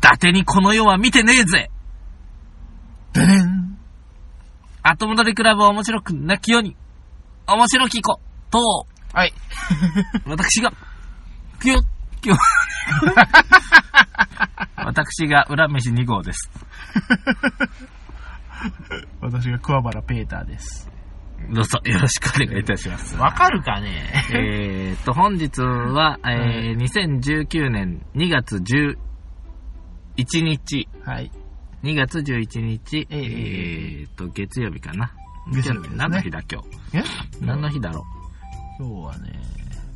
達にこの世は見てねえぜででん。後戻りクラブは面白くなきように、面白き子と、はい。私が、きよ、きよ、私が裏飯2号です。私が桑原ペーターです。どうぞよろしくお願いいたします。わかるかねえーっと、本日は、えー2019年2月11日、はい。 2月11日、えええーっと、月曜日かな。月曜日ですね何の日だ今日。え何の日だろ今日はね、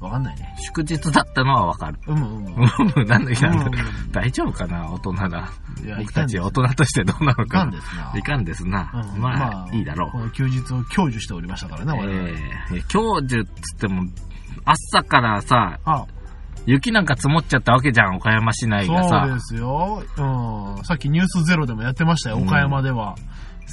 わかんないね。う。祝日だったのはわかる。 うむうむ。うん何の日なんだろうんう。大丈夫かな大人だ。いや僕たち大人としてどうなのいかかん。ですな。いかんですな。うんまあ、いいだろうこ。の休日を享受しておりましたからね、俺は。えー、教授っつっても、朝からさ、あ、雪なんか積もっちゃったわけじゃん、岡山市内がそうさで。すよ。うん。さっきニュースゼロでもやってましたよ、岡山では。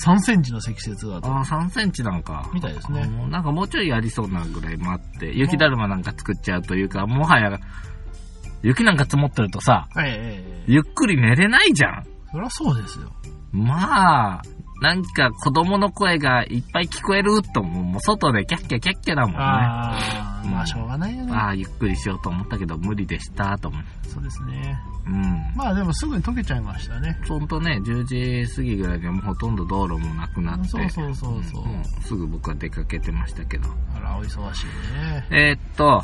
3センチの積雪だと。ああ、3センチなんか。みたいですねうんなんかもうちょいありそうなぐらいもあって、雪だるまなんか作っちゃうというか、もはや、雪なんか積もってるとさ、ええええゆっくり寝れないじゃん。そりゃそうですよ。まあ、なんか子供の声がいっぱい聞こえると、もうもう外でキャッキャキャッキャだもんね。あああ、まあしょうがないよね。あー、ゆっくりしようと思ったけど無理でした、と思う。そうですね。うん。まあでもすぐに溶けちゃいましたね。ほんとね、10時過ぎぐらいにはもうほとんど道路もなくなって、そうそうそうそう。もうすぐ僕は出かけてましたけど。あら、お忙しいね。えーっと、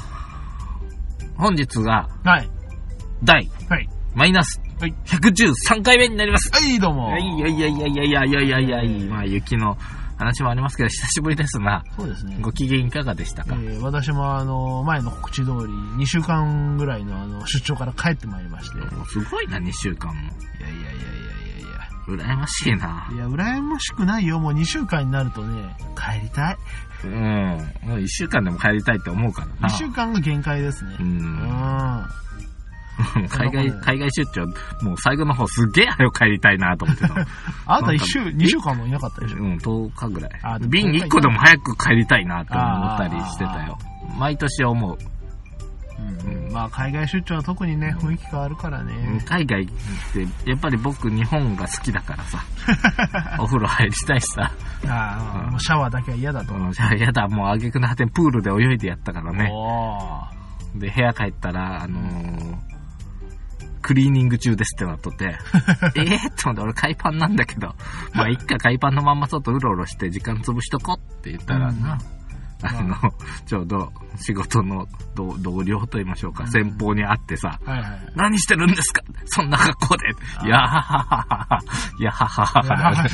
本日がはい。第はい。マイナスはい113回目になります。はい、どうも。いやいやいやいやいやいやいやいやいやまあ雪の話もありますけど、久しぶりですな。そうですね。ご機嫌いかがでしたえか、ー、私もあの、前の告知通り、2週間ぐらいのあの出張から帰ってまいりまして。いやいもうすごいな、2週間も。やいやいやいやいや。。羨ましいないや、羨ましくないよ。もう2週間になるとね、帰りたい。うん。もう1週間でも帰りたいって思うからな。 2週間が限界ですねう。。うんん。海そんなもん外、ね海外出張、もう最後の方すげえ早く帰りたいなと思ってた の。あなた1週、2週間もいなかったでしょ。うん、10日ぐらあいで。も瓶1個でも早く帰りたいなって思ったりしてたよ。毎年思う。うん。まあ、海外出張は特にね、雰囲気変わるからね。海外って、やっぱり僕日本が好きだからさ。 お風呂入りたいしさ。うあんあ、もうシャワーだけは嫌だと。うんじゃあやだ、もう挙句の果てにプールで泳いでやったからね。おで、部屋帰ったら、あのークリーニング中ですってなっと って、えーって思って、俺海パンなんだけど、まあ、いっか海パンのまんま外うろうろして時間潰しとこって言ったらな、あの、ちょうど仕事の同同僚と言いましょうか、うん先方に会ってさ、ーはいはいはい。何してるんですかそんな格好で。いやはははは。いやはははは。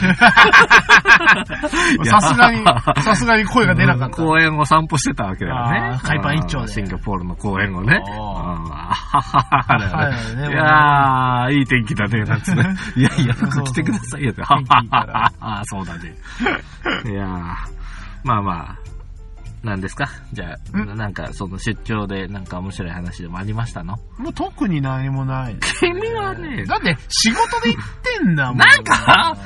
いやさすがに、さすがに声が出なかった。公園を散歩してたわけだよあね。ー海パン一丁でうんシンガポールの公園をね。うんおーあははははだよねはいいやー、いい天気だね、なんつってね。いやいや、服着てくださいよって。はそうははは。そうだね。いやー、まあまあ。なんですかじゃあ、んなんか、その出張で、なんか面白い話でもありましたのもう特に何もない。君はね、だって、仕事で行ってんだもん。なんか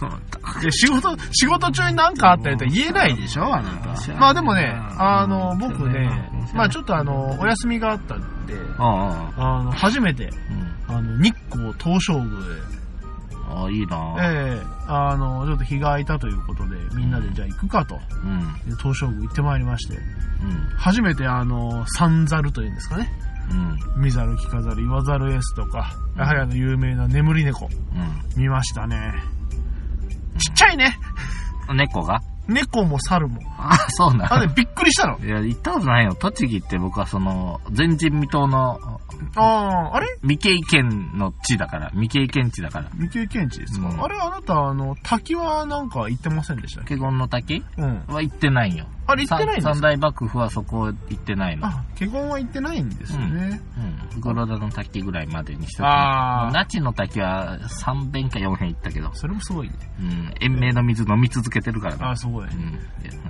そうで仕事、仕事中に何かあったりとは言えないでしょあな知らた。ないまあでもね、あの、うん知僕ねらない、まあちょっとあの、お休みがあったんで、ああ、あの、初めて、うん。あの、日光東照宮ああ、いいなへ、ええあの、ちょっと日が空いたということで、みんなでじゃあ行くかと、うん。で東照宮行ってまいりまして、うん。初めてあの、三猿というんですかね。うん。見ざる聞かざる言わざるエースとか、やはりあの有名な眠り猫、う見ましたね。ちっちゃいね。ん。猫が猫も猿も。ああ、そうな あ、で、びっくりしたの。いや、行ったことないよ。栃木って僕はその、前人未到のあー、あれ未経験の地だから、未経験地だから。未経験値ですか、うんあれあなた、あの、滝はなんか行ってませんでしたっけ華厳の滝うん。は行ってないよ。あれ行ってないんさ三ですか大幕府はそこ行ってないの。あ、華厳は行ってないんですよね。うん。黒田の滝ぐらいまでにしとく。あー那智の滝は3遍か4遍行ったけど、それもすごいね。うん。延命の水飲み続けてるからねあー、すごうい、ん。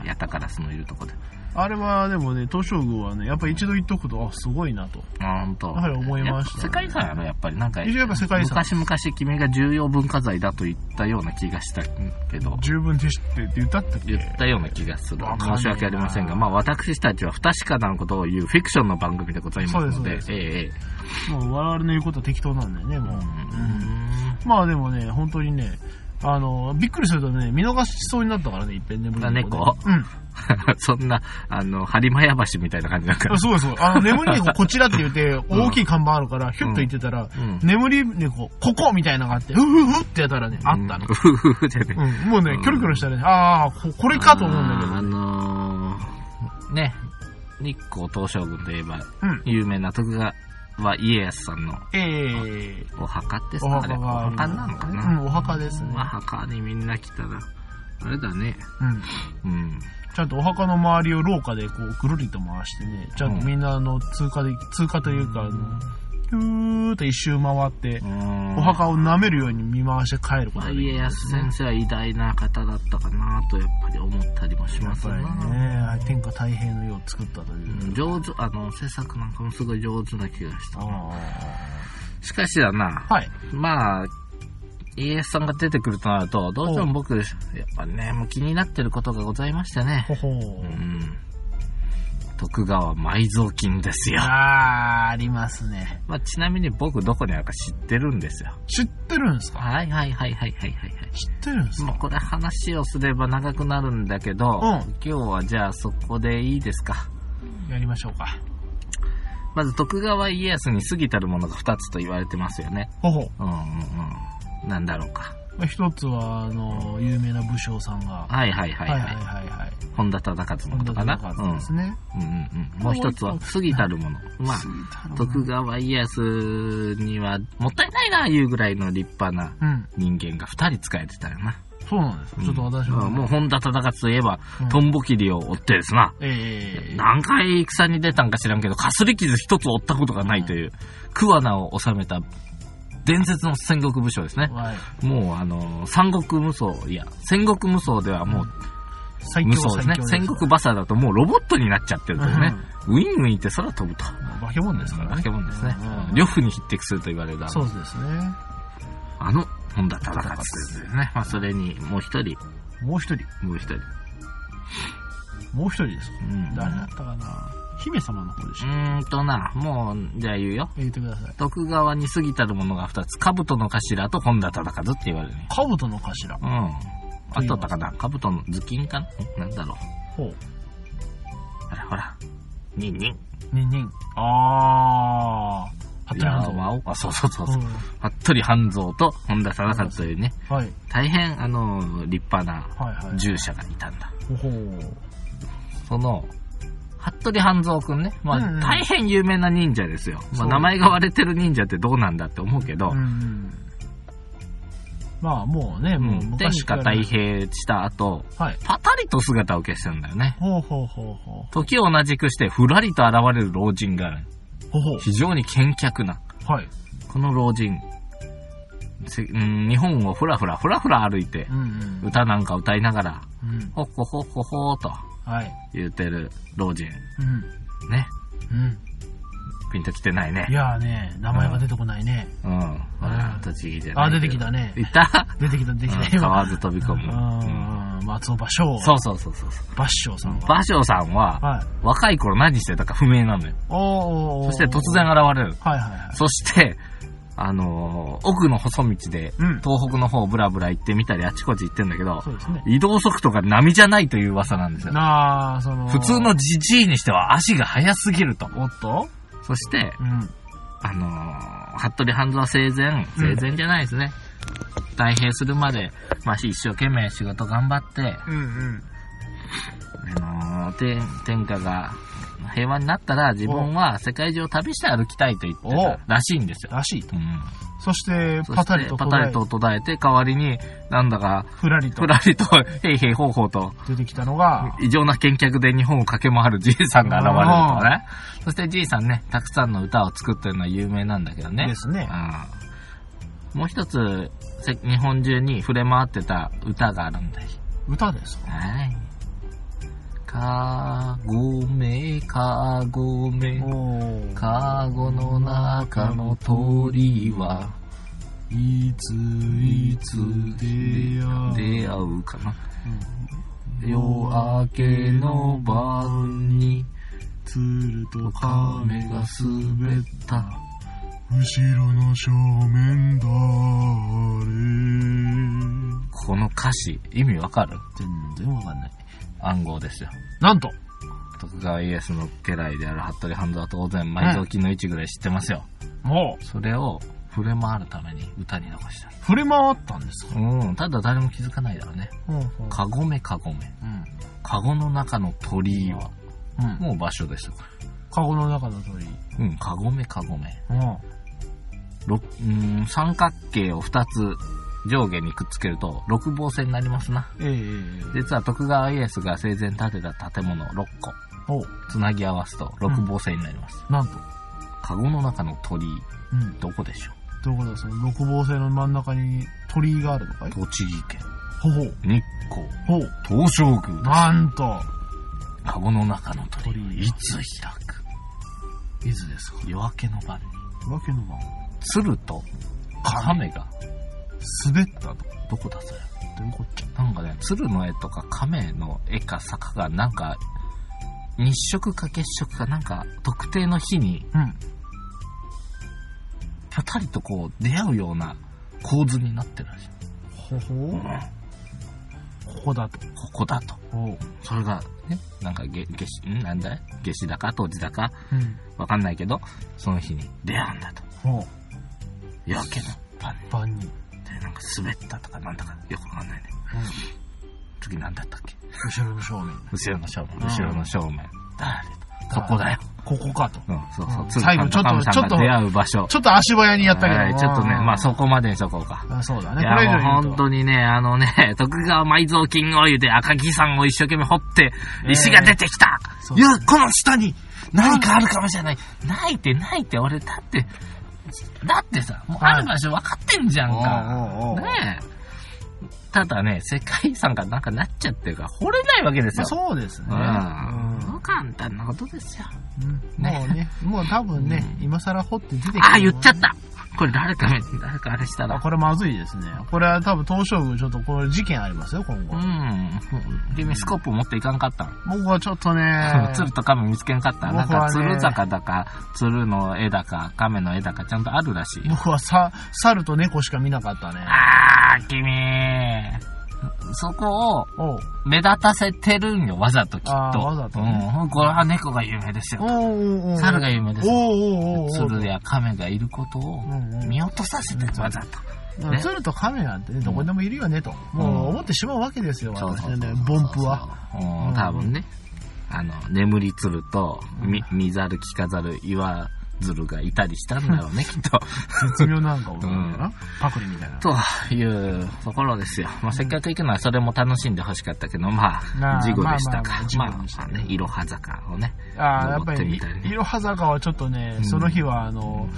やったからそのいるとこで。あれはでもね、東照宮はね、やっぱ一度行っとくと、あ、すごいなと。あーほんと。やはり思いましやたねっぱ世界遺産やろ、やっぱり。なんか、一応やっぱ世界遺産。昔々君が重要文化財だと言ったような気がしたけど、十分でしてって言ったったっけ言ったような気がするわ。かんねえな申し訳ありませんが、まあ私たちは不確かなことを言うフィクションの番組でございますので、そうですええええまあ、我々の言うことは適当なんだよね、もう。うんまあでもね、本当にね、あの、びっくりするとね、見逃しそうになったからね、いっぺん眠りにあうん。 そんな、あの、播磨屋橋みたいな感じなんかあそうそう。あの、眠り猫こちらって言って、大きい看板あるから、ひょっと行ってたら、うん眠り猫、ここみたいなのがあって、うふふってやったらね、あったの。ふふふじゃねうん。もうね、キョロキョロしたらね、ああ、ここれかと思うんだけあど。ーあのーね、日光東照宮といえば、うん。有名な徳川家康さんのええお墓ですおかあ墓れ。おがあり墓ますなのかうな、ん、お墓ですねま。あ墓にみんな来たら、あれだね。うん。うん。ちゃんとお墓の周りを廊下でこう、ぐるりと回してね、ちゃんとみんなあの、通過で、通過というか、あの、ふーっと一周回って、おお墓を舐めるように見回して帰ることができ家るんで康すね、先生は偉大な方だったかなとやっぱり思ったりもしやまっすぱなりね、天下太平の世を作ったという。うん上手、あの、制作なんかもすごい上手な気がした。あしかしだなあ、はい。まあ、家康さんが出てくるとなると、どうしても僕、やっぱね、もう気になってることがございましてね。ほほうー。ん。徳川埋蔵金ですよ。あー、ありますね。まあ、ちなみに僕どこにあるか知ってるんですよ。知ってるんですかはいはいはいはいはいはいはい。知ってるんですまあ、かこれ話をすれば長くなるんだけど、ん今日はじゃあそこでいいですか。やりましょうか。まず徳川家康に過ぎたるものが2つと言われてますよね。ほほ。うんうんうん。なんだろうか。まあ一つは、あの、有名な武将さんが、はいはいはいはい。はいはい。本田忠勝のこ本と田かな。忠勝ですね。うんうんうん。もう一つは過ぎたるもの。まあ、徳が。川家康にはもったいないな、いうぐらいの立派なうん。人間が2人使えてたよな。そうなんです。ちょっと私うんも。うんもう本田忠勝といえば、うんトンボ切りを追ってですな。ええ。何回戦に出たんか知らんけど、かすり傷一つ負ったことがないという、桑名を治めた伝説の戦国武将ですね。はい。もうあの、三国無双、いや、戦国無双ではもう最無強双ですね最戦強。国バサだともうロボットになっちゃってるというね。ウィンウィンって空飛ぶと。うん化け物ですから化ね。け物ですねうん。呂布に匹敵すると言われるあのそうですね。あの、本田忠勝ですね。まあそれに、もう一人、もう一人。もう一人。もう一人ですかうん誰だったかな姫様の方でしうょ。ーんとな、もう、じゃあ言うよ。言ってください。徳川に過ぎたるものが二つ、兜の頭と本田忠勝って言われるね。兜の頭。うん。あとだったかな、兜の頭巾かなんなんだろう。ほあれ、ほら。ニンニン。う。にんにん。あー。はっいたりやはんーぞ。まあおあ、そうそうそうそう。うん服部半蔵と本田忠勝というね、はい。大変、あのー、立派なはいはい。従者がいたんだ。ほほう。その、服部半蔵くんね。まあ、うんうん大変有名な忍者ですよ。まそあ、う名前が割れてる忍者ってどうなんだって思うけど、うん。まあ、もうね、う、もうん天昔か下ら。太平した後、はい。パタリと姿を消してるんだよね。ほうほうほうほう。時を同じくして、ふらりと現れる老人が、ほほ非常に健脚な、う。はい。この老人、せうん日本をふらふらふらふら歩いてう、んうん。歌なんか歌いながら、うん。ほっほほほほーとはい。言うてる老人。うん。ね。うん。ピンときてないねい。やーね、名前が出てこないね。うん。ほら、栃木じゃないあ、出てきけど。たね。いた出てきた、出てきた。うん今。河津飛び込うむ。うんん、松尾芭蕉。そうそうそうそう。芭蕉さんが。馬匠さんは、はい。若い頃何してたか不明なのよ。おーおーおそーして突。然現れる。はいはいはい。そして、あのー奥の細道で、うん。東北の方をブラブラ行ってみたり、あちこち行ってんだけどそ、うですね。移動速度が波じゃないという噂なんですよ。なあ、その。普通。のじじいにしては足が速すぎると。おっとそして、うん。あのー服部半蔵は生前、う生ん前じゃないですね。大平するまで、まあ、一生懸命仕事頑張って、うんうん。あのー天、天下が平和になったら自分は世界中を旅して歩きたいと言ってたらしいんですよ。らしいと。うん、そして、そしてパタリとパタリと途絶えて、代わりになんだか、ふらりとふらりと、へいへいほうほうと、出てきたのが、異常な見客で日本を駆け回るじいさんが現れるとかね。そしてじいさんね、たくさんの歌を作ってるのは有名なんだけどね。ですね。うんもう一つ、せ日本中に触れ回ってた歌があるんだよ。歌ですかはい。かごめ、かごめ、おーかごの中の鳥は、いつ、いつ出出会会う。うかな。うん夜明けの晩に、鶴と亀が滑った。後ろの正面だれこの歌詞、意味わかる全然わかんない。暗号ですよ。なんと徳川家康の家来である服部半蔵は当然、埋蔵金の位置ぐらい知ってますよ。もそれを、触れ回るために歌に残した。う、触れ回ったんですかうん、ただ誰も気づかないだろうね。うん。うん。かごめかごめ。かごの中の鳥居は、うん。もう場所ですよ。カゴの中の鳥。うん、かごめかごめ。うん。ろうん三角形を2つ上下にくっつけると六芒星になりますなええええええ実は徳川家康が生前建てた建物6個おうつなぎ合わすと六芒星になります、なんと。カゴの中の鳥居うん。どこでしょうということは、その六芒星の真ん中に鳥居があるのかい栃木県ほほう。日光ほう。東照宮なんと。カゴの中の鳥居鳥居いつ開くいつですか夜明けの晩にわけのま鶴と亀が滑ったと。どどこだそれういうこっちゃ。なんかね鶴の絵とか亀の絵か坂がなんか日食か月食かなんか特定の日にうん。ぴょたりとこう出会うような構図になってるらしい。ほほう。ここだと。ここだと。ほう。それが、ね、なんかげ夏至、んなんだい夏至だか冬至だかうん。わかんないけど、その日に出会うんだと。ほう。夜明けの晩万人。で、なんか滑ったとかなんだかよくわかんないね。次なんだったっけ後ろの正面。後ろの正面。うん後ろの正面。だれと。そこだよ。ここかと。うん、そうそうう。ん鶴最後さんちょっと亀さんがちょっと出会う場所。ちょっと足早にやったけど。はいちょっとね、まあう。そこまでにしとこうか。あそうだいね。こやれ以上もう言う本と。当にね、あのね、 徳川埋蔵金を言うて赤木山を一生懸命掘って、石が出てきた、そういや、この下に何かあるかもしれない。ないってないって、俺、だって、だってさ、もうある場所分かってんじゃんか。おうおうおうねえ。ただね、世界遺産がなんかなっちゃってるから、掘れないわけですまあよ。そうですね。うん。そう簡単なことですよ。うんもうね、もう多分ね、今更掘って出てきてああ、言っちゃったこれ誰かめ、誰かあれしたらあ、。これまずいですね。これは多分東照宮ちょっとこれ事件ありますよ、今後う。ん。君スコープ持っていかんかったん、僕はちょっとね 鶴と亀見つけんかったなん僕かはね鶴坂だか、鶴の絵だか、亀の絵だかちゃんとあるらしいよ。僕はさ、猿と猫しか見なかったね。あー、君。そこをおう目立たせてるんよ、わざときっと。あーわざとねうん。これは猫が有名ですおよ。うおうおう猿が有名ですよ。おうおうおうおう鶴や亀がいることをうんうん見落とさせてるわざと。うんね鶴と亀なんてね、どこでもいるよねと。もう思ってしまうわけですよ、そう私そうそうはね、ボンプは。。うん、多分ね。あの、眠り鶴と、み、見ざる、聞かざる、岩鶴がいたりしたんだろう ね、きっと。絶妙なんかもなんだような。パクリみたいな。というところですよ。まあ、せっかく行くのはそれも楽しんでほしかったけど、ままあ、あ事故でしたかまあまあまあ。事ま故あ、までしたあねね、いろは坂をね。ああ、やっぱ登ってりみたり、ねいろは坂はちょっとねん、その日は、あの、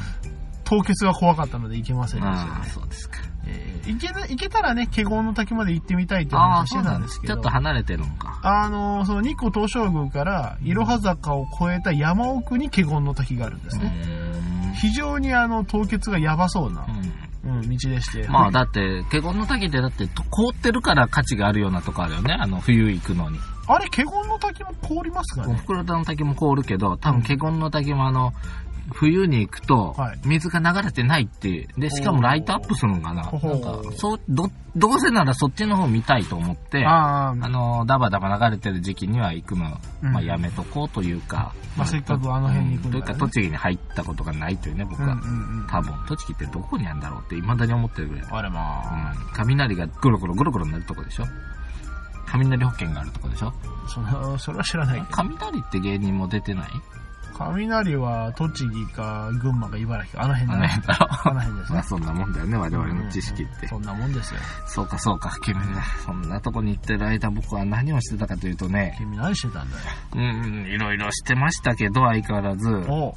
凍結が怖かったので行けませんでしたああ、ね。そうですか。えー行けた行けたらね、華厳の滝まで行ってみたいっていうあ話あ、をしそてうたなんんでですす。けちょどっと、離れてるのか。あの、その日光東照宮から、いろは坂を越えた山奥に華厳の滝があるんですうね。ーん非常にあの、凍結がやばそうな、ううん、道でして。んまあ、だって、華厳の滝ってだって、凍ってるから価値があるようなとこあるよね。あの、冬行くのに。あれ、華厳の滝も凍りますかおねふくろの滝も凍るけど、多分華厳の滝もあの、冬に行くとはい、水が流れてないっていう。で、しかもライトアップするのかな。ほほなんか、そう、ど、どうせならそっちの方見たいと思って、あああ、まの、ダバダバ流れてる時期には行くの、うんまあやめとこうというか、あ、せっかくあの辺に行くうんんといだうかか、ら、ね。栃木に入ったことがないというね、僕うんうんは。うん。多分、栃木ってどこにあるんだろうって未だに思ってるぐらい。あれまあ、うん。雷がゴロゴロゴロゴロなるとこでしょ雷保険があるとこでしょそのそれは知らないけど。雷って芸人も出てない雷は栃木か群馬か茨城か、あの辺あだのね。辺だろあの辺ですまあね。そんなもんだよね、我々の知識って。そんなもんですよ。そうかそうか、君ね、そんなとこに行ってる間僕は何をしてたかというとね、君何してたんだよ。うん、いろいろしてましたけど、相変わらず、おう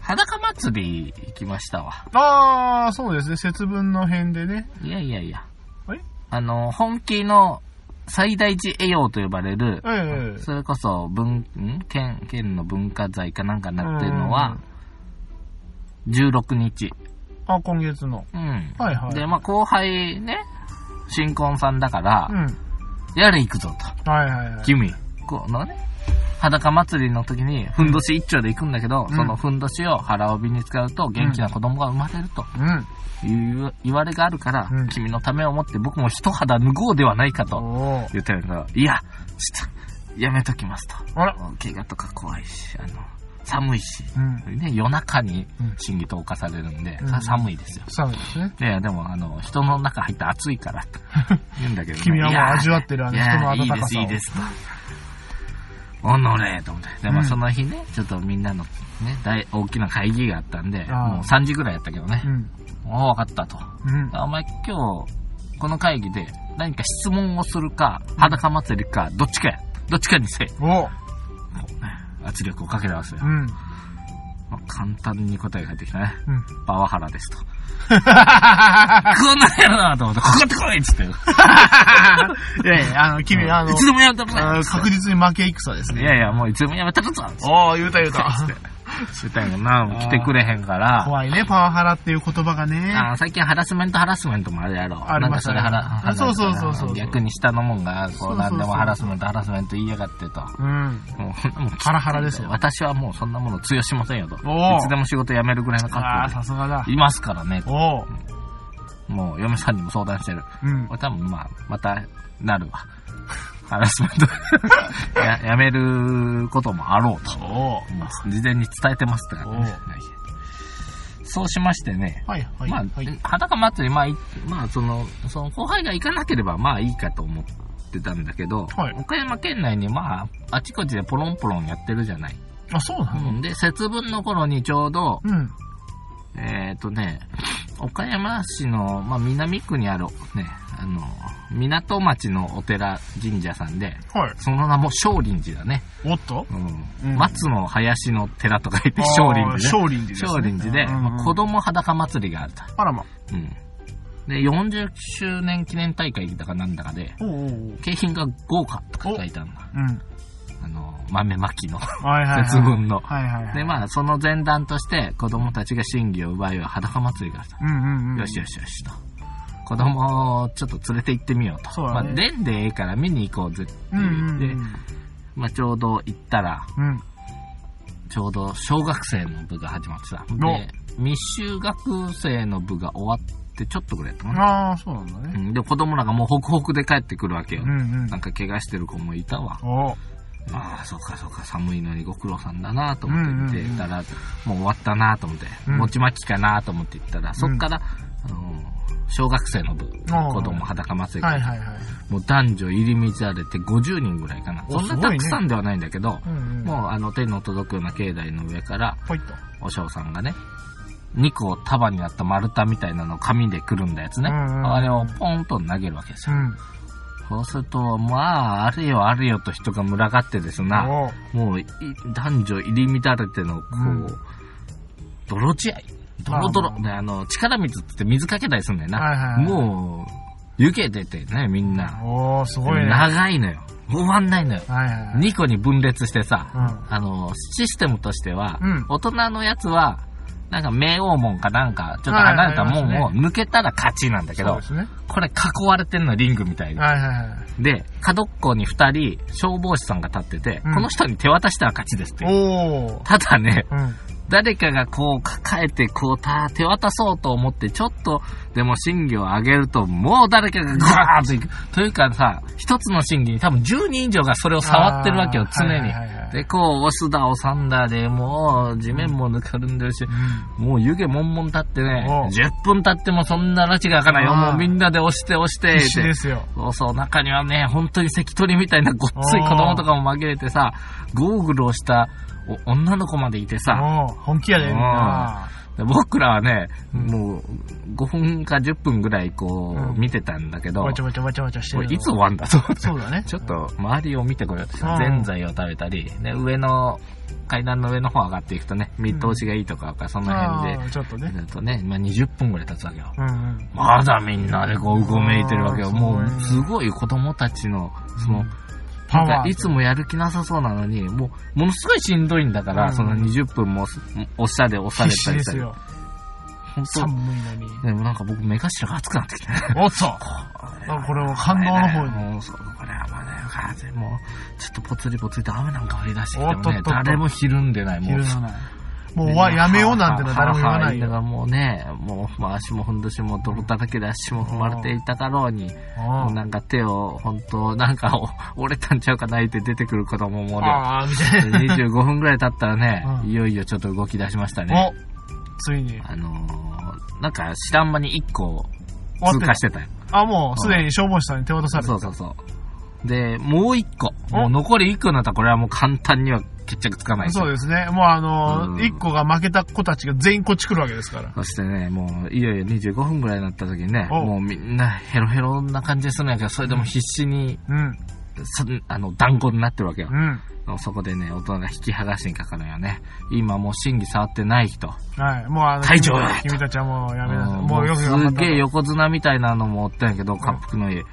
裸祭り行きましたわ。ああ、そうですね。節分の辺でね。いやいやいや。あれあの、本気の最大寺栄養と呼ばれる、ええそれこそ文、ん県、県の文化財かなんかになってるのは、16日。あ、今月の。うん。はいはい。で、まあ後輩ね、新婚さんだからう、ん。やれ行くぞと。はいはいはい。君、このね、裸祭りの時に、ふんどし一丁で行くんだけど、うんそのふんどしを腹帯に使うと元気な子供が生まれるとうん。いう言われがあるから、うん君のためを思って僕も一肌脱ごうではないかとおー言ったのが、いや、ちょっと、やめときますと。あら。怪我とか怖いし、あの、寒いし。うん。ね、夜中にうん審議投下されるんで、うそんれは寒いですよ。そうですね。いやいや、でも、あの、人の中入って暑いから、と言うんだけどね、 君はもういや味わってるあの人のい温やいいかでさす、を。いいです、と。おのれ、と思って。で、まうあ、んその日ね、ちょっとみんなのね、大大きな会議があったんで、あーもう3時ぐらいやったけどねう、ん。ああ、わかったと。うん。あお前今日、この会議で何か質問をするか、裸祭りか、どっちかや。どっちかにせえ。おーこうね圧力をかけたわけよう。ん。まあ簡単に答えが返ってきたね。 うん。パワハラですと。こんなんやろなと思って、ここってこいっつって。いやいや、あの、君、あのい、つでもやめたくあないの確実に負け戦ですいね。やいや、もういつでもやめたくぞつっおー、言うた言うた。てみたいな、もう来てくれへんから。 怖いね、パワハラっていう言葉がね。あー最近ハラスメントハラスメントもあるやろ。ありなんまかすそれハラ、あハりますラスメントそうそうそうそうそう逆に下のもんが、そうこう、そうそうなんでもハラスメントハラスメント言いやがってと。うん。もう、もうハラハラですよ私はもうそんなもの通用しませんよと。いおーつでも仕事辞めるぐらいの覚ああ、悟さすがだで。。いますからね。おう。もう嫁さんにも相談してる。うん。俺多分まあ、また、なるわ。ハラスメント や、やめることもあろうと。おう。まあ事前に伝えてますっておうね。そうしましてね、はいはい。まあ、はい。裸祭り、まあ、いまあ、その、その後輩が行かなければ、まあいいかと思ってたんだけど、はい岡山県内にまあ、あちこちでポロンポロンやってるじゃない。あ、そうなのうん、で、節分の頃にちょうど、うん。えっ、とね、岡山市の、まあ、南区にある、ね、あの、港町のお寺神社さんで、はい。その名も少林寺だね。おっとうん。うん松の林の寺と書いて少林寺ね。少林寺ですね。少林寺で、うんうんまあ子供裸祭りがあると。あらま。うん。で、40周年記念大会だかなんだかで、おうおうおう。うん。景品が豪華とか書いてあるんだ。あの、豆まきの、はいはいはい。節。分の。はいはいはい。で、まあ、その前段として、子供たちが真偽を奪い合う裸祭りがあると。うんうんうん。よしよしよしと。子供をちょっと連れて行ってみようと。そうまだあ、ね出んでええから見に行こうぜってうん言うっんて、まあ、ちょうど行ったら、うん。うん。ちょうど小学生の部が始まってた。おで、未就学生の部が終わってちょっとぐらいだったかな。ああ、そうなんだうね。ん、で、子供らがもうホクホクで帰ってくるわけうよ。んうんなんか怪我してる子もいたわ。。おうああ、そうかそうか、寒いのにご苦労さんだなと思ってうん見うんうんてたら、もう終わったなと思って、うんもちまきかなと思って行ったら、そっから、あの、小学生の部、あー子供裸祭りが、はいはいはい。もう男女入り乱れて50人ぐらいかな。おそんなたくさんではないんだけど、うんうん。もうあの手の届くような境内の上から、う、ポイッと。お嬢さんがね、肉を束になった丸太みたいなのを紙でくるんだやつね。うんうんあれをポンと投げるわけですうよ。ん。そうすると、まあ、あれよあれよと人が群がってですな、おう。もうい男女入り乱れての、こう、うん泥仕合。ドロドロまあ。まね、あの、力水っつって水かけたりするんだよな。はいはいはいもう、湯気出てね、みんな。おー、すごいね。はい長いのよ。終わんないのよ。はいはい。 2個に分裂してさ、うん。あの、システムとしては、うん大人のやつは、なんか冥王門かなんか、ちょっと離れた門を抜けたら勝ちなんだけそうどで、すね。これ囲われてんの、リングみたいに。はいはいはい。で、角っこに二人、消防士さんが立ってて、うんこの人に手渡したら勝ちですっていう。おー。ただね、うん。誰かがこう抱えて、こうた手渡そうと思って、ちょっとでも審議を上げると、もう誰かがグワーッといく。というかさ、一つの審議に多分10人以上がそれを触ってるわけよ、あ常ーに。はいはいはいはいで、こう、押すだ、押さんだで、もう、地面もぬかるんでるし、もう湯気もんもん立ってね、おう10分経ってもそんな拉致が開かないよ。あーもうみんなで押して押して必死ってで。すよ。そうそう、中にはね、本当に関取みたいなごっつい子供とかも紛れてさ、ゴーグルをしたお女の子までいてさ、もう、本気やで、みんな。で僕らはね、うんもう5分か10分ぐらいこううん見てたんだけど、わちゃわちゃわちゃわちゃしてこるれの。いつ終わんだと思って そうだね。ちょっと周りを見てこようとしてうんぜんざいを食べたり、ね、上の、階段の上の方上がっていくとね、見通しがいいとか、その辺あーちょっとで、ね。ずっとね、まあ、20分ぐらい経つわけよ。うんうん。まだみんなでこう、うごめいてるわけよ。あーすごもいうね、すごい子供たちの、その、パなんワかー。いつもやる気なさそうなのに、もう、ものすごいしんどいんだから、うんその20分も、おしゃれ押さ必れたり死でしたすり。よ。本当寒いのに。でもなんか僕目頭が熱くなってきてね。おっとあこれは感動の方に。 もうそう、これはもうね、風もう、ちょっとぽつりぽつりと雨なんか降り出してきおてっともっとねっ、と誰もひるんでない、もう昼。なない。もう終わやめようなんてのは誰も言わないだからよ。もうね、もう、まあ、足もふんどしも泥だらけで足も踏まれていたかろうに、もうあなんか手を、本当なんかお折れたんちゃうかないって出てくる子供もおる。あー、みたいで25分ぐらい経ったらね、うんいよいよちょっと動き出しましたな。ね。おついに。あのー、なんか知らん間に1個終わっ通て過してたよ。たあ、もうすでに消防士さんに手渡されそたう。そうそう。で、もう1個。おもう残り1個になったらこれはもう簡単には決着つかないですよそうですね。もうあうのんー、一個が負けた子たちが全員こっち来るわけですから。そしてね、もういよいよ25分ぐらいになった時にね、おもうみんなヘロヘロな感じでするんやけど、それでも必死に、うん。そあの、団子になってるわけよう。ん。そこでね、大人が引き剥がしにかかるんよね。今もう審議触ってない人。はい。もうあの、隊長だ君たちはもうやめなさい。うんもうよく頑張すっげたえ。横綱みたいなのもおったんやけど、滑覆のいい。うん。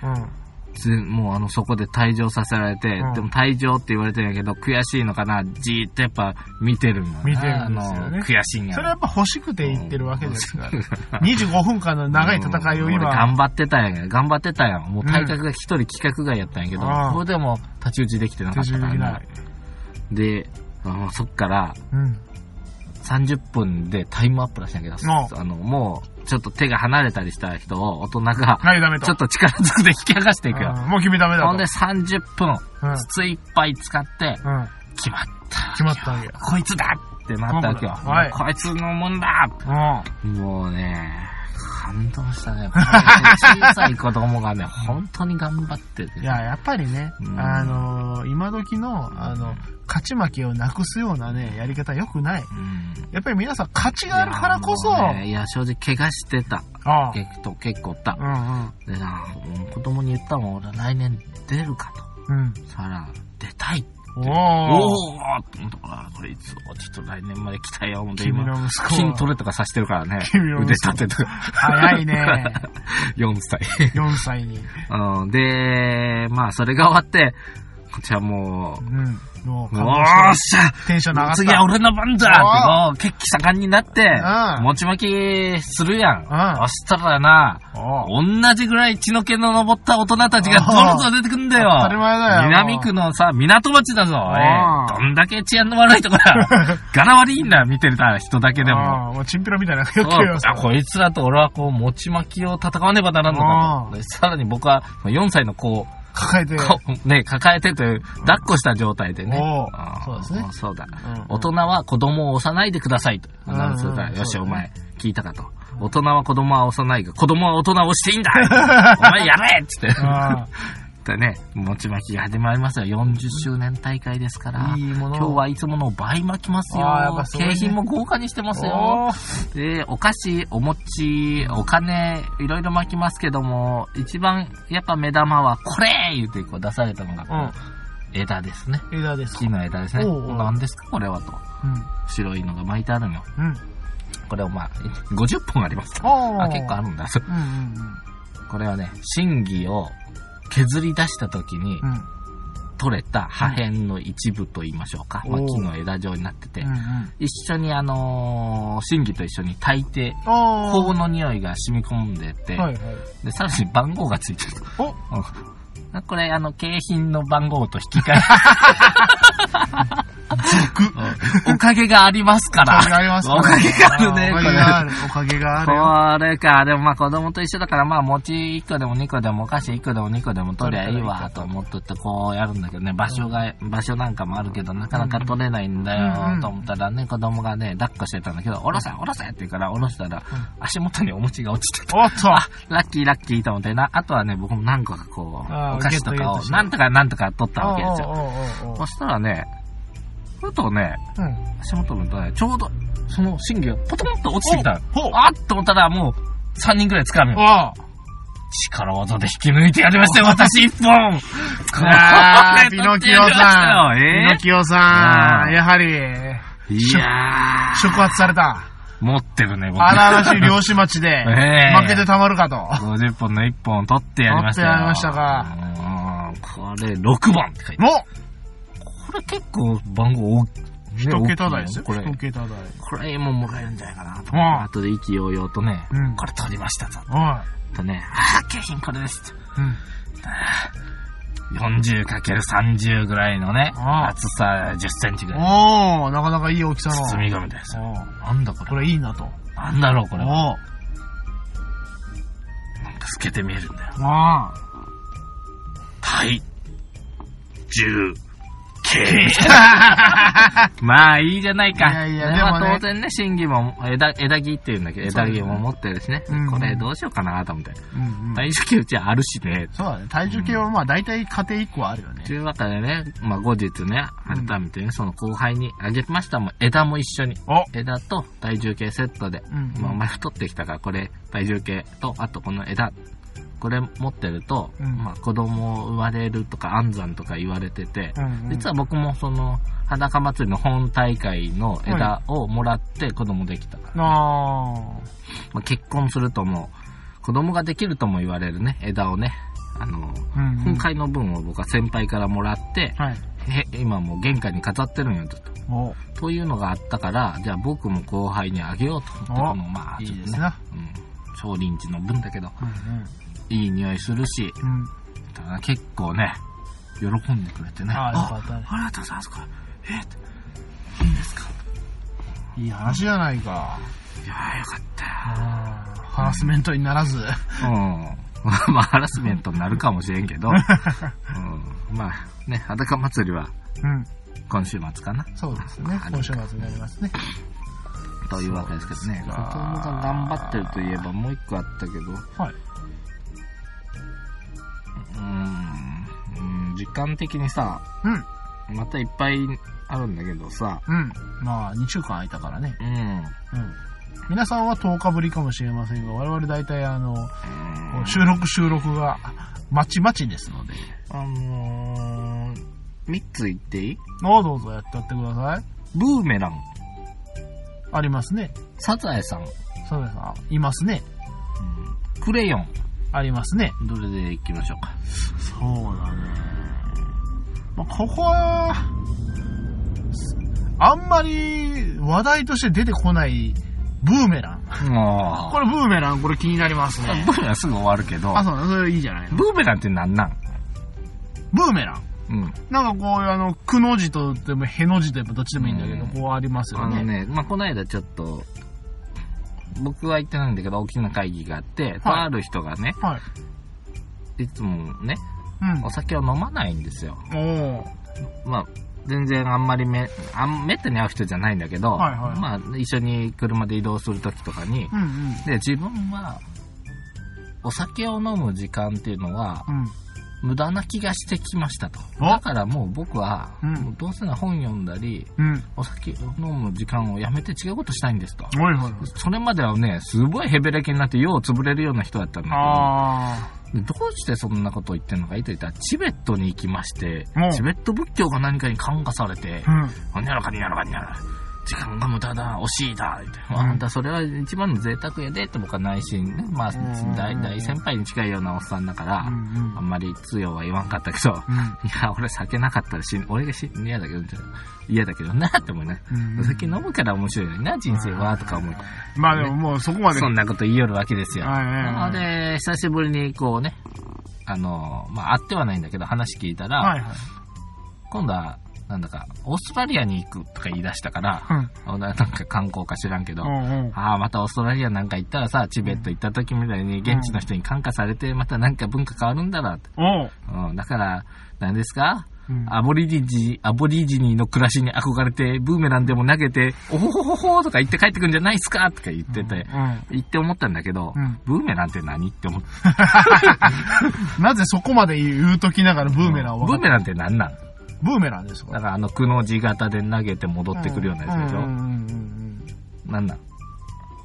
つもうあの、そこで退場させられて、うんでも退場って言われてるんやけど、悔しいのかな、じーっとやっぱ見てるんよな見てるんですよねあの、悔しいんやそろれはやっぱ欲しくて言ってるわけですから。25分間の長い戦いをうん俺今、頑張ってたんやん頑張ってたやん。もう体格が一人企画外やったんやけど、ああそこでも太刀打ちできてなか手ったか順らになな。い。で、あのそっからうん。 30分でタイムアップらしいんやけど、ああの、もうちょっと手が離れたりした人を大人が、はい、ダメと。ちょっと力ずくで引き剥がしていくよ。うんもう君ダメだと。ほんで30分、うん。筒いっぱい使って、うん。決まった。決まったわけや。こいつだってなったわけよ。はいこいつのもんだうもうね、感動したね。この小さい子供 がね、本当に頑張っててん。いや、やっぱりねう、んあのー、今時の、あうのん、勝ち負けをなくすようなね、やり方良くない。うん。やっぱり皆さん勝ちがあるからこそ、いやもうあねいや、正直、怪我してた。あ。結構、結構おったう。んでな、もう子供に言ったもん、俺来年出るかと。うん。うん。そしたら、出たい。おおお。ーって思ったから、これいつも、ちょっと来年まで来たよ、思って君今の。息子筋は。トレとかさしてるからね。君の息子腕立てとか。早いね。 4歳。 4歳に。うん、で、まあ、それが終わって、こっちはもうん。もう、う感お動ーっした、しゃテンション上がった。次は俺の番だってこう、血気盛んになってう、んもちまきするやん。んそしたらな、おう同じぐらい血の気の登った大人たちがどろぞ出てくんだよ。当たり前だよ南区のさ、港町だぞ。あええどんだけ治安の悪いと こだ。柄悪いんだよ、見てた人だけでも。ああもうチンピラみたいなそ欲う求よ。あこいつらと俺はこう、持ち巻きを戦わねばならんのかと。でさらに僕は、4歳の子を、抱えて。こうね、抱えてという、抱っこした状態でね。おうあーそうですねもそうだ。うんうん大人は子供を押さないでくださいと。うんアナウンスだ。よし、そうおだね前、聞いたかと。大人は子供は押さないが、子供は大人を押していいん だお前やれっつって。あでね、餅巻きが始まりますよ。40周年大会ですから。いいもの今日 はいつもの倍巻きますよあーやっぱ。すごい景ね品も豪華にしてますよ。おで、お菓子、お餅、お金、いろいろ巻きますけども、一番やっぱ目玉はこれ言うてこう出されたのが、こううん枝ですね。枝ですか木。の枝ですね。おうおう何ですかこれはと。う白いのが巻いてあるのよ。ん。うん。これをまあ、50本あります。おーあ、結構あるんだ。うんうんこれはね、真偽を削り出した時にうん。うん。取れた破片の一部と言いましょうか。おうまあ、木の枝状になっててうんう。ん。一緒にあのー、真偽と一緒に炊いて、あ酵の匂いが染み込んでて、はいはい。で、さらに番号がついてる。おうんこれ、あの、景品の番号と引き換え。うんおかげがありますかおらかげ。ありますおかげがあるねおかげがある。おかげがあるよ。これか。でもまあ子供と一緒だからまあ餅1個でも2個でもお菓子1個でも2個でも取りゃいいわと思っとってこうやるんだけどね、場所が、場所なんかもあるけどなかなか取れないんだうんうよんと思ったらね、子供がね、抱っこしてたんだけど、おろせおろせって言うからおろしたら足元にお餅が落ちてた。おっと。 あ、ラッキーラッキーと思ってな、あとはね、僕も何個かこう、あーお菓子とゲッかトゲッをトしてなんとかなんとか取ったわけですよ。おうおうおうおうそしたらね、ふとね、うん。足元見たらね、ちょうどその真偽がポトンと落ちてきたの。ほう。あっと思ったらもう、3人くらい掴むよ。あ力技で引き抜いてやりま したよ、私一本 あ ーこピれノキオ取ってやさん。りピまノしキオさうんん。やはり、たよえーいや触発された。ー、持ってるね、僕。荒々しい 漁師町 で、ええ負けてたまるかと。 50本の1本を取ってやりましたよ。取ってやりましたかうーん。これ、6番って書いてあるもこれ結構番号大き一桁台ですよ。大きいのこれ一桁台。これももらえるんじゃないかなとう思んって。後で意気揚々とね、うんこれ取りましたぞ。はとね、ああ、景品これです。い。うん。 40×30 ぐらいのね、ああ厚さ10センチぐらいのおー、なかなかいい大きさの。包み紙です。おーなんだここれ。れいいなと。なんだろうこおれ。なんー。か透けて見えるんだよ。あはい。10。まあいいじゃないか。いやいやねでもねまあ当然ね、審議も枝、枝木っていうんだけど、そ枝うですね木も持ってるしね。うんこれどうしようかなと思って。ー。うんうん。体重計うちあるしね。そうだね。体重計はまあ大体家庭1個はあるよねと。いうわけでね、まあ後日ね、改めてね、その後輩にあげましたもん。枝も一緒に。お枝と体重計セットで。うんうんまあお前太ってきたから、これ体重計と、あとこの枝。これ持ってると、うんまあ子供生まれるとか安産とか言われてて、うんうん実は僕もその裸祭りの本大会の枝をもらって子供できたから、あまあ、結婚するとも子供ができるとも言われるね枝をねあのー。うんうん今回の分を僕は先輩からもらって、はい。へ今もう玄関に飾ってるんよずっと。おというのがあったから、じゃあ僕も後輩にあげようと思って、おこのまあ、いちょっいでとすね、な。うん、少林寺の分だけど、うんいい匂いするし、うん。うん。ただ結構ね、喜んでくれてね、ああ、よかったね。ありがとうございます、これ。えっといい話じゃないか。いやーよかったよ。ハラスメントにならうず。ん。 まあ、ハラスメントになるかもしれん けど、うん、まあ、ね、裸祭りはうん。今週末かな、そうですね。今週末になりますね。というわけですけどね。子そうですか供が頑張ってるといえばもう一個あったけど、うはい。ーん、うん、時間的にさ、うん。またいっぱいあるんだけどさ、うん。まあ、2週間空いたからね。うん、うんうん。皆さんは10日ぶりかもしれませんが、我々大体あの、収録収録が、まちまちですので。あのー、3つ言っていいああ、どうぞやってやってください。ブーメラン、ありますね。サザエさん、そうですあいますね。うんクレヨン、ありますね。どれでいきましょうか。そうだね。まあ、ここは、あんまり話題として出てこないブーメラン。もこれブーメラン、これ気になりますねブ。ーメランすぐ終わるけど、あ、そうだ、それいいじゃないの。ブーメランってなんなんブーメラン。うん。なんかこういうあの、くの字とでもへの字でもどっちでもいいんだけど、うんこうありますよあのね。ね、まあ、この間ちょっと、僕は行ってないんだけど、大きな会議があって、とある人がね、はい。いつもね、うんお。酒を飲まないんですよ。おーまあ、全然あんまりめ、あん、めったに会う人じゃないんだけど、はいはいまあ、一緒に車で移動するときとかにう、んうん。で、自分は、お酒を飲む時間っていうのは、うん。無駄な気がしてきましたと。おだからもう僕は、うんもうどうせなら本読んだり、うん。お酒を飲む時間をやめて違うことしたいんですと。おいおいおい。それまではね、すごいヘベレケになって、よう潰れるような人だったんだあけど、どうしてそんなことを言ってるのかいと言ったら、チベットに行きましてうん、チベット仏教が何かに感化されてー。う、ん。ほにゃらかにゃらかにゃら、時間が無駄だ、惜しいだ、言って、んあんたそれは一番の贅沢やで、って僕は内心ね、まあうん、大大先輩に近いようなおっさんだから、うあんうん。んまり通用は言わんかったけど、 うん。いや、俺酒なかったら死ぬ、俺が死ぬ嫌だけど、嫌だけどな、って思うね。うんお酒飲むから面白いのにな、人生は、とか思う。まあでももうそこまで。そんなこと言いよるわけですよ。はいはいなはのいで、久しぶりにこうね、あの、まあ、会ってはないんだけど、話聞いたら、はいはい。今度は、なんだか、オーストラリアに行くとか言い出したから、うん。ほななんか観光か知らんけど、うんうん。ああ、またオーストラリアなんか行ったらさ、チベット行った時みたいに現地の人に感化されて、またなんか文化変わるんだなって。おう。うん、だから、何ですかうんアボリジニ、アボリジニの暮らしに憧れて、ブーメランでも投げて、おほほほほとか言って帰ってくるんじゃないっすかとか言ってて、うん。言って思ったんだけど、うんブーメランって何って思って。なぜそこまで言うときながらブーメランをブー分かっメランって何なんブーメランですだかからあの、くの字型で投げて戻ってくるようなやつでしょ、うんうんうんうん何なん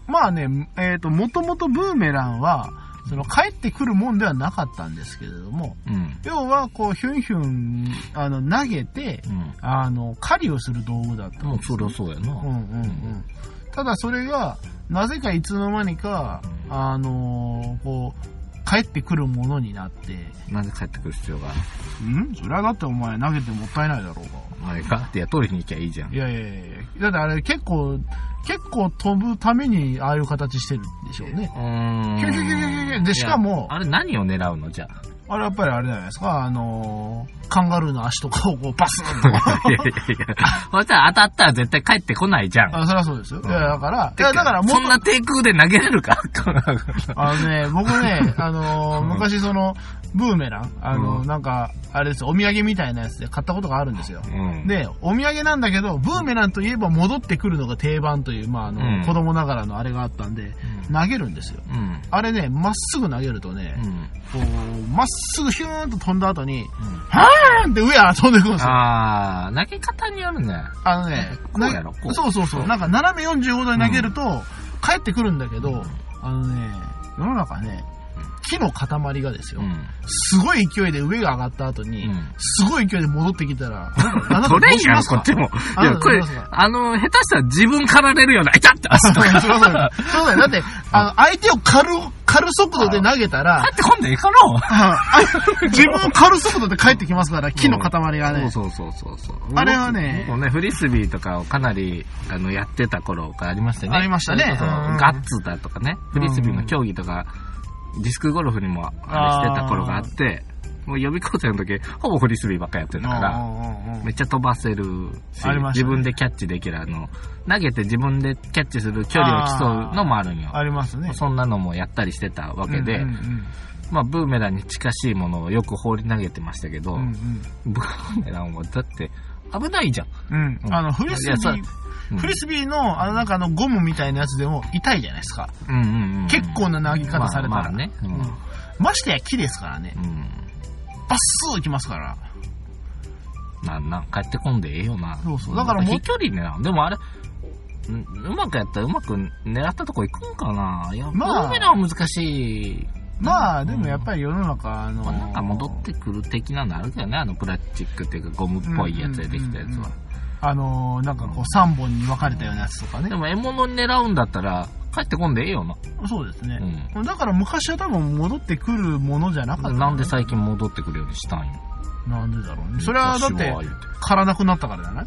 まあね、えっ、と、もともとブーメランは、その帰ってくるもんではなかったんですけれども、うん。要はこうヒュンヒュンあの投げてうん。あの狩りをする道具だったもんうですそりゃそうやな。うんうんうんただそれがなぜかいつの間にかあのこう帰ってくるものになって、なぜ帰ってくる必要があるんそれはだってお前投げてもったいないだろうが。あれかいや、取りに行きゃいいじゃんい。やいやいやいやだってあれ結構、結構飛ぶためにああいう形してるんでしょうね。うキュキュキュキュキュキュでしかもいやあれ何を狙うのじゃ あ。あれやっぱりあれじゃないですか、あのーカンガルーの足とかをこうバスッいと。やいやいやそしたら当たったら絶対帰ってこないじゃん。あそりゃそうですよ。いんや、だから、いや、だからもそ、うんな低空で投げれる かあの ね、僕ね、あのーうん昔その、ブーメラン、あのーうんなんか、あれですよお土産みたいなやつで買ったことがあるんですよ。うん。で、お土産なんだけど、ブーメランといえば戻ってくるのが定番という、まあ、あの、うん子供ながらのあれがあったんで、投げるんですよ。うん。あれね、まっすぐ投げるとねう、ん。こう、まっすぐヒューンと飛んだ後に、うん。はーンって上へ飛んでくるんですよ。あー、投げ方によるね。あのね、こうやろこうそうそうそう。なんか斜め45度に投げると、帰ってくるんだけど、あのね、世の中ね、木の塊がですよ、うん。すごい勢いで上が上がった後に、うんすごい勢いで戻ってき たら、それいいなやんん、こっちも。あいなや、たこどれうしますか、あの、下手したら自分かられるような、痛 って足とそうか。そうそうだよ。そうだよ。だって、あの、相手を狩る、狩る速度で投げたら帰、ってこんでいかろうん 自分を狩る速度で帰ってきますから、木の塊がね。そうそうそうそうそう。あれはね僕もね、フリスビーとかをかなり、あの、やってた頃がありましたね。ありましたねそれこそうんガッツだとかね、フリスビーの競技とか、ディスクゴルフにも、あれしてた頃があって、もう予備校生の時、ほぼフリスビーばっかやってたから、うんうんうんめっちゃ飛ばせるし、ありまし自たね分でキャッチできる、あの、投げて自分でキャッチする距離を競うのもあるんよ。ありますね。そんなのもやったりしてたわけで、うんうんまあ、ブーメランに近しいものをよく放り投げてましたけど、うんうんブーメランはだって危ないじゃん。うんうんあの、フリスビいやそうー、フリスビーの、あの、なんかあの、ゴムみたいなやつでも痛いじゃないですか。うんうんうんうん結構な投げ方されたまあまあら。ね。ううんんましてや木ですからね。うん。バッスーいきますから。なんなん、帰ってこんでええよな。そうそうだからもう飛距離ねな。でもあれ、うんうまくやったらうまく狙ったとこ行くんかないや、まあブーメランは難しい。まあ、でもやっぱり世の中、あのまあ、なんか戻ってくる的なのあるけどね、あのプラスチックっていうかゴムっぽいやつでできたやつうんうんうんは。あのーなんかこう3本に分かれたようなやつとかねで。も獲物に狙うんだったら、帰ってこんでええよな。そうですねう。ん。だから昔は多分戻ってくるものじゃなかった。なんで最近戻ってくるようにしたんよ。なんでだろうね。それはだっ昔て言、う狩らなくなったからじゃない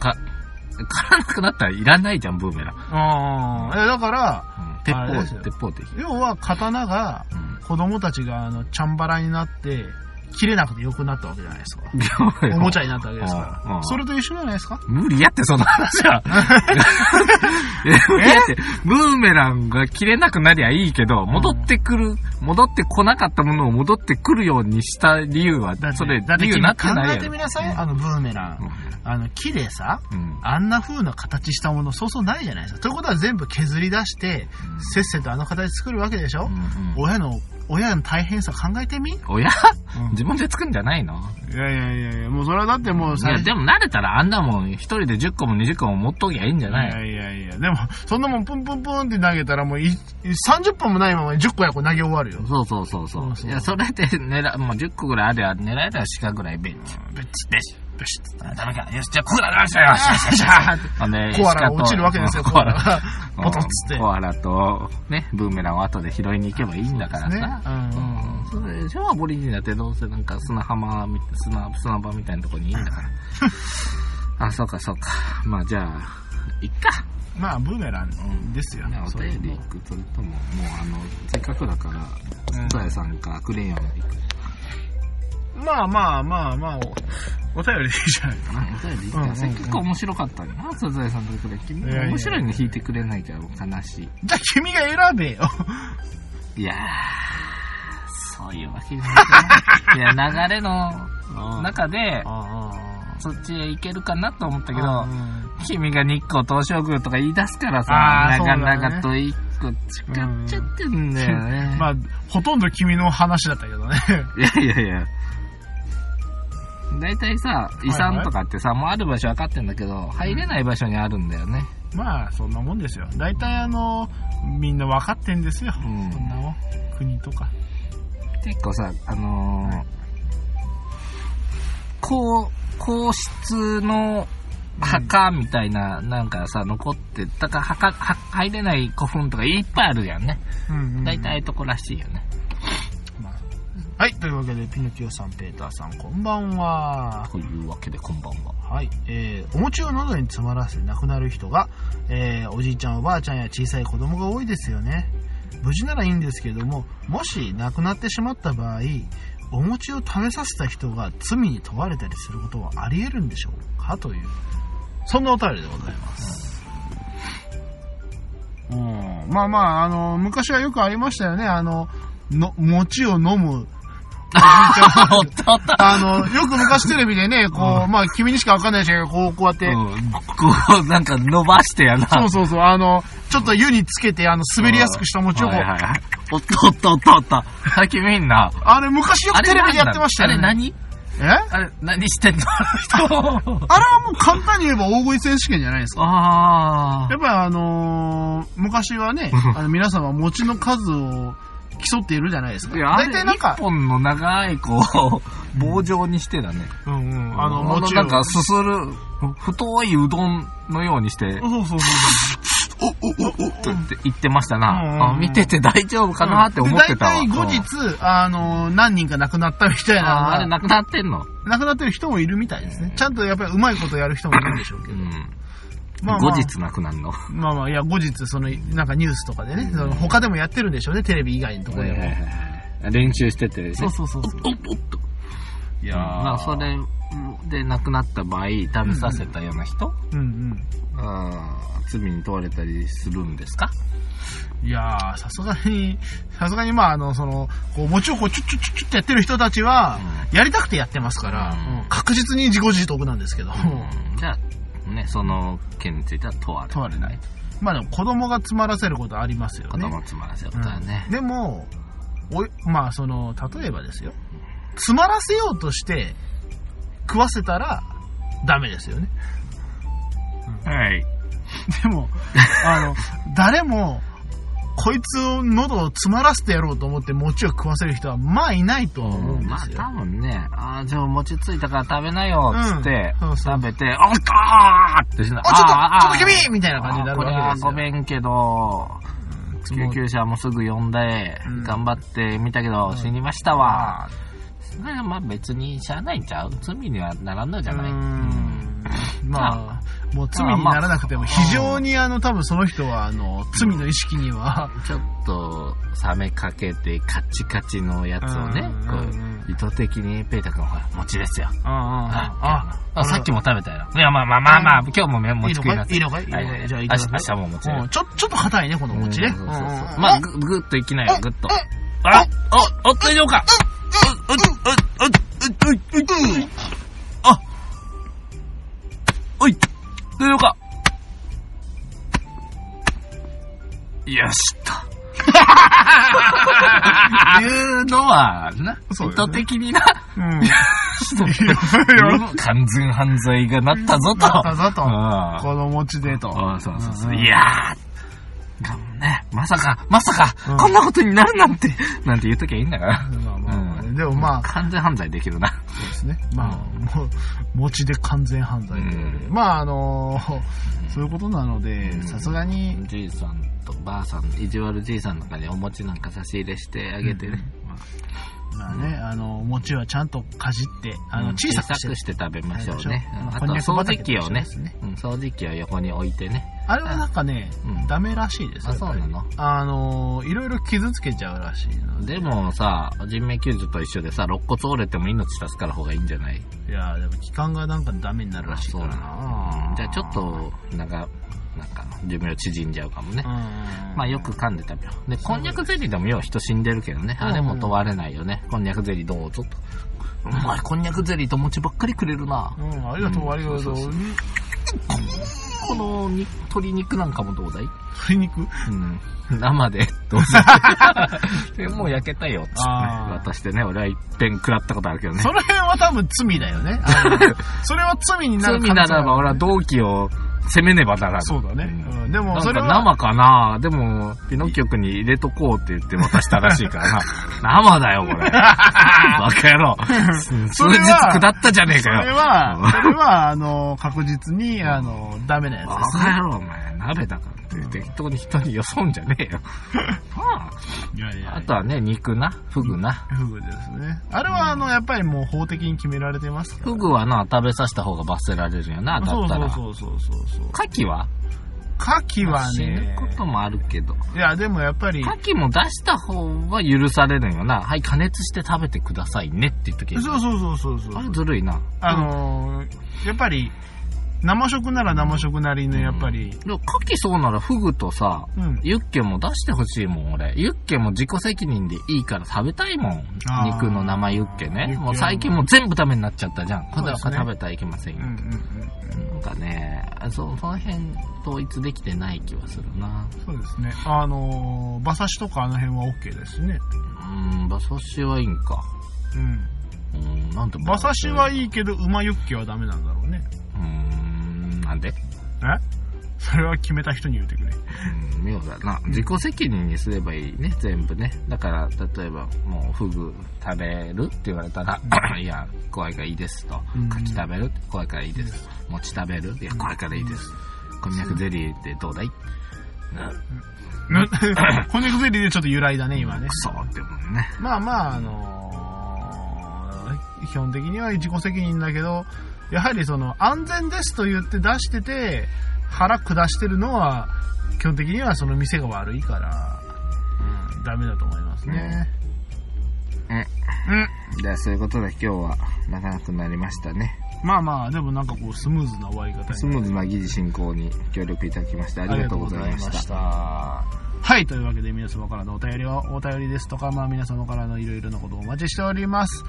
か、からなくなったらいらないじゃん、ブーメラン。ああ。えだから、うん鉄あれです砲、よ鉄砲でいい。要は刀がうん。子供たちがあの、チャンバラになって、切れなくて良くなったわけじゃないですか。おもちゃになったわけですかうんうら。んそれと一緒じゃないですか無理やって、その話 は。無理やって、ブーメランが切れなくなりゃいいけど、戻ってくる、戻ってこなかったものを戻ってくるようにした理由はだっ、てそれ、だって理由君な考ってないえやてろみ。なさい、あのブーメラうン。あの、木でさ、んうんあんな風な形したものそうそうないじゃないですか。ということは全部削り出して、せっせとあの形作るわけでしょ、うんうん親の、親の大変さ考えてみ、おや自分で作るんじゃないのいやいやいやいや、もうそれはだってもういや、でも慣れたらあんなもん、一人で10個も20個も持っときゃいいんじゃないいやいやいや、でも、そんなもんプンプンプンって投げたらもうい30本もないままに10個やこう投げ終わるよ。そうそうそうそう。そうそういや、それで狙う、もう10個ぐらいあれば狙えたら鹿ぐらいベッチ。ベチベチ。ベチッあダメか。よし、じゃあコアラ出したよ。よしよしよし。ほん でコアラが落ちるわけですよ、コアラ。が。うんボトッつって。コアラと、ね、ブーメランを後で拾いに行けばいいんだからね。さ。うん。それでしょアボリジンだってどうせなんか砂浜み、砂、砂場みたいなとこにいいんだ から。あ、そうかそうか。まあじゃあ、いっか。まあ、ブーメランですよ。ね、おそれ便り行くそれとも、もうあの、せっかくだから、うスんタヤさんかクレヨン行くまあまあまあまあ、おお便りでいいじゃないかな。お便り行くかうんうんうんせっかく面白かったのにな、サザエさんとクレヨン。君いやいや面白いの弾いてくれないから悲し じゃあ君が選べよ。い。いやー、そういうわけじゃ ない。いや、流れの中で、あそっちへ行けるかなと思っただけど、君が日光東照宮とか言い出すからさ、あなーかなそうだかねと一個近っちゃってんだよね。まあ、ほとんど君の話だったけど ね。いやいやいや。大体さ、遺産とかってさ、もうある場所分かってんだけど、入れない場所にあるんだよね。まあ、そんなもんですよ。大体あの、みんな分かってんですよ。うんそんなもん。国とか。結構さ、あのー、皇、皇室の墓みたいな、なんかさ、残って、だから墓、は入れない古墳とかいっぱいあるじゃんね。うんうんうん大体ああいうとこらしいよね。はい、というわけで、ピノキオさん、ペーターさん、こんばんは。というわけで、こんばんは。はい、えー、お餅を喉に詰まらせ亡くなる人が、えーおじいちゃんおばあちゃんや小さい子供が多いですよね無事ならいいんですけどももし亡くなってしまった場合お餅を食べさせた人が罪に問われたりすることはあり得るんでしょうかというそんなお便りでございますうんまあまああの昔はよくありましたよねあのの餅を飲むおったおった。あの、よく昔テレビでね、 こう、まあ、君にしかわかんないでしょうけど、こう、こうやって、うん、こう、なんか伸ばしてやな。そうそうそう、あの、ちょっと湯につけて、あの、滑りやすくした餅をこはう、いはいはい。おっとおっとおっとおっと。最近見んな。あれ昔よくテレビでやってましたよね。あれ何えああれ何してんのあ の人。れはもう簡単に言えば大食い選手権じゃないですか。あやっぱりあのー昔はね、あの皆様餅の数を競っているじゃないですあ。か。いや、あ大れ体なん一か、本の長い、こう、棒状にしてだね。うんうん、あの、餅を。なんか、すする、太いうどんのようにして、そうそうそうとって言ってましたな。うんあ見てて大丈夫かなって思ってたわ。で大体後うん日、あのー何人か亡くなったみたいなのあがあれなくなってんの。亡くなってる人もいるみたいですね。ちゃんとやっぱりうまいことやる人もいるんでしょうけうど。ん。まあま後あ日なくなるの。まあまあ、いや、後日、その、なんかニュースとかでね、その他でもやってるんでしょうね、テレビ以外のところでも。練習してて、そうそうそうそう。いやまあ、それで亡くなった場合、食べさせたような人、うんうん罪に問われたりするんですかうん。いやー、さすがに、 さすがに、まあ、あの、その、こう、餅をこう、チュッチュッチュッチュッってやってる人たちは、やりたくてやってますから、うんうん確実に自業自得なんですけど、うんじゃあ、ね、その件については問われ問われない。まあでも、子供が詰まらせることありますよね。子供を詰まらせることはねうん。でもおいまあその例えばですよ詰まらせようとして食わせたらダメですよねはい。でもあ の誰もこいつを喉を詰まらせてやろうと思って餅を食わせる人はまあいないとは思うんでまあすよ、多分ね、ああ、じゃあ餅ついたから食べなよ、つって、うんそうそう食べて、あっかーってしな、あ、ちょっと、ちょっとー君みたいな感じになるわけあでーすこよ。れはごめんけど、も救う急車もすぐ呼んで、うん頑張ってみたけど、死にましたわ。それはまあ別にしゃあないんちゃう罪にはならんのじゃうないん まあ、もう罪にならなくても、まあ非常にあの、多分その人は、あの、罪の意識には、 ちょっと、冷めかけてカチカチのやつをねうん、こうんう、意図的に、ペータ君、ほら、餅ですよ。ああ、さっきも食べたよ。いや、まあまあまあまあ、今日も麺い餅いの食いかないさいいい。のかいいのかはいいはいいじゃあ、い明た日だきます明日も餅だうんよ。ちょ、ちょっと硬いね、このお餅ね。うんそうそうそううんうんうんまあ、ぐ、ぐっといきなよ、ぐっと。あ、お、お、大丈夫かう、う、う、う、う、う、う、う、あ、おい、大丈夫かよしと。いうのは、な、そう意だよ図ね的にな、 うん うん完全犯罪がなったぞと。なったぞとうんこのお餅でと。あそうそうそう。うんうんいやー、がんね、まさか、まさか、うんこんなことになるなんて、なんて言うときゃいいんだから。まあまあまあねうんでもまあ、完全犯罪できるな。そうですね。まあ、もう、餅で完全犯罪ということでうまあ、あのー、そういうことなのでう、んさすがに、じいさんとばあさん、意地悪じいさんの中にお餅なんか差し入れしてあげてね。ままあね、あの、餅はちゃんとかじって、ああの、小さくしてして食べましょうね。うんまあとあこんにゃく掃畑除機をねと一緒ですね、うん掃除機を横に置いてね。あれはなんかねうん、ダメらしいですよあ、そうなのあのー、いろいろ傷つけちゃうらしいので。でもさ、人命救助と一緒でさ、肋骨折れても命助かる方がいいんじゃないいやーでも期間がなんかダメになるらしいからな。じゃあちょっと、なんか、なんか、寿命縮んじゃうかもねうん。。まあよく噛んで食べよう。で、こんにゃくゼリーでもよう人死んでるけどね。うんあれも問われないよね。こんにゃくゼリーどうぞと。お前、こんにゃくゼリーと餅ばっかりくれるなう。ん、ありがとうんう、ありがそとうそうう。このに鶏肉なんかもどうだい鶏肉うん。生で、どうぞ。で もう焼けたよ、つってねあー渡してね、俺は一遍食らったことあるけどねそ。の辺は多分罪だよね。あ のそれは罪にな罪る可能性ならはあるば俺は同期を責めねばならぬ。そうだね。うん、でなもんそかれは、生かなでも、ピノキオ君に入れとこうって言って渡したらしいから な。生だよ、これ。バカ野郎。数それ日は下ったじゃねえそかれよ。は、それは、あの、確実に、あの、ダメなやつバですカね。野郎、お前。鍋だから。って適当に人によそんじゃねえ よ。まいやいあ、やあとはね、肉な、フグな。フグですねあれはあのやっぱりもう法的に決められてますからフグはな、食べさせた方が罰せられるよな、だそっうたそら。う牡そうそうそうそう蠣は牡蠣は死ぬねこともあるけど。いやでもやっぱり牡蠣も出した方は許されるよな。はい、加熱して食べてくださいねって言っときそうそうそうそうそうあれずるいな。あのーやっぱり生食なら生食なりのやっぱりでも牡蠣そうならフグとさ、うんユッケも出してほしいもん、俺。ユッケも自己責任でいいから食べたいもんあ。ー肉の生ユッケユッケね。はもう最近もう全部ダメになっちゃったじゃん。そこうれではすね食べたらいけませんうよんう。んうんなんかね、あそその辺統一できてない気はするな。そうですねあのー馬刺しとかあの辺は OK ですねうん、馬刺しはいいんか。ううんん、なんて馬刺しはいいいけど馬ユッケはダメなんだろうねうん、なんでえそれは決めた人に言うてくれうん、妙だな。自己責任にすればいいね、全部ね。だから、例えば、もう、フグ食べるって言われたら、 いや、怖いからいいですとうん。柿食べる怖いからいいです。餅食べるいや、怖いからいいです。こんにゃくゼリーってどうだいなこんにゃく ゼリーでちょっと由来だね、今ねく。そーってもんね。まあまあ、あのー基本的には自己責任だけど、やはりその、安全ですと言って出してて、腹下してるのは、基本的にはその店が悪いから、うん、ダメだと思いますね。ねうん。じゃあ、そういうことで今日は、長くなりましたね。まあまあ、でもなんかこう、スムーズな終わり方に。スムーズな議事進行に協力いただきまして、ありがとうございまありがとうございまし。したはい、というわけで皆様からのお便りを、お便りですとか、まあ皆様からのいろいろなことをお待ちしております。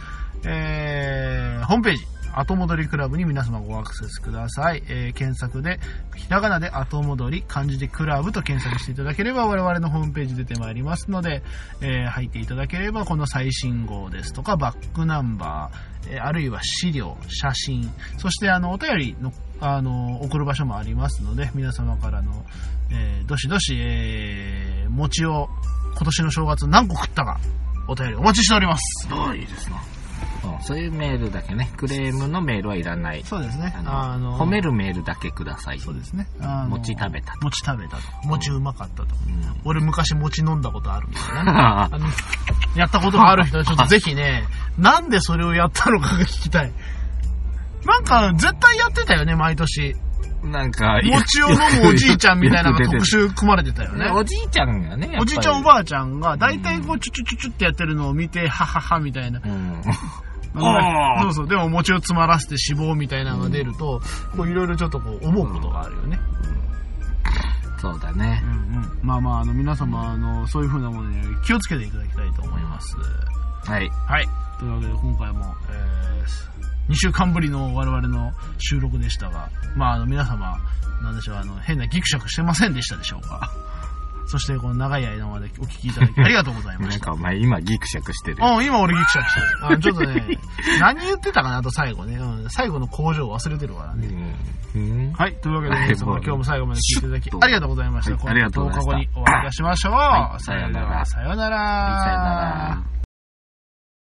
えー、ホームページ、後戻りクラブに皆様ごアクセスください。えー、検索で、ひらがなで後戻り、漢字でクラブと検索していただければ我々のホームページ出てまいりますので、えー、入っていただければこの最新号ですとか、バックナンバー、えー、あるいは資料、写真、そしてあの、お便りの、あの、送る場所もありますので、皆様からの、えーどしどし、えー、餅を今年の正月何個食ったか、お便りお待ちしております。ああ、いいですな。うんそういうメールだけね。クレームのメールはいらない。そうですね。あの褒めるメールだけください。そうですね。あの餅食べた。餅食べたと。餅うまかったと。俺昔餅飲んだことあるんですよね。ああの、やったことがある人はちょっとぜひね、なんでそれをやったのかが聞きたい。なんか、絶対やってたよね、毎年。なんか、餅を飲むおじいちゃんみたいなのが特よ集組まれてたよく出てるねね。おじいちゃんがね、やっぱりおじいちゃんおばあちゃんが、大体こう、チュチュチュチュってやってるのを見て、はははみたいな。うん。そおうーそう。でも、餅を詰まらせて死亡みたいなのが出ると、こう、いろいろちょっとこう、思うことがあるよね。そうだねう。んうん。まあまあ、あの、皆様、あの、そういう風なものに気をつけていただきたいと思います。はい。はい。というわけで、今回も、え2週間ぶりの我々の収録でしたが、まあ、あの、皆様、なんでしょう、あの、変なギクシャクしてませんでしたでしょうか。そして、この長い間までお聞きいただきありがとうございまなしんた。かお前今ギクシャクしてるよ。うん、今俺ギクシャクしてる。あちょっと ね、何言ってたかなと最後ね、うん最後の工場忘れてるからね。うん。はい、というわけではい皆様、もう今日も最後まで聞いていただきシュッとありがとうございました。はいこありがとうのござい後ました10日後にお会いいたしましょう。はいさようなら。ささようなら。さよなら。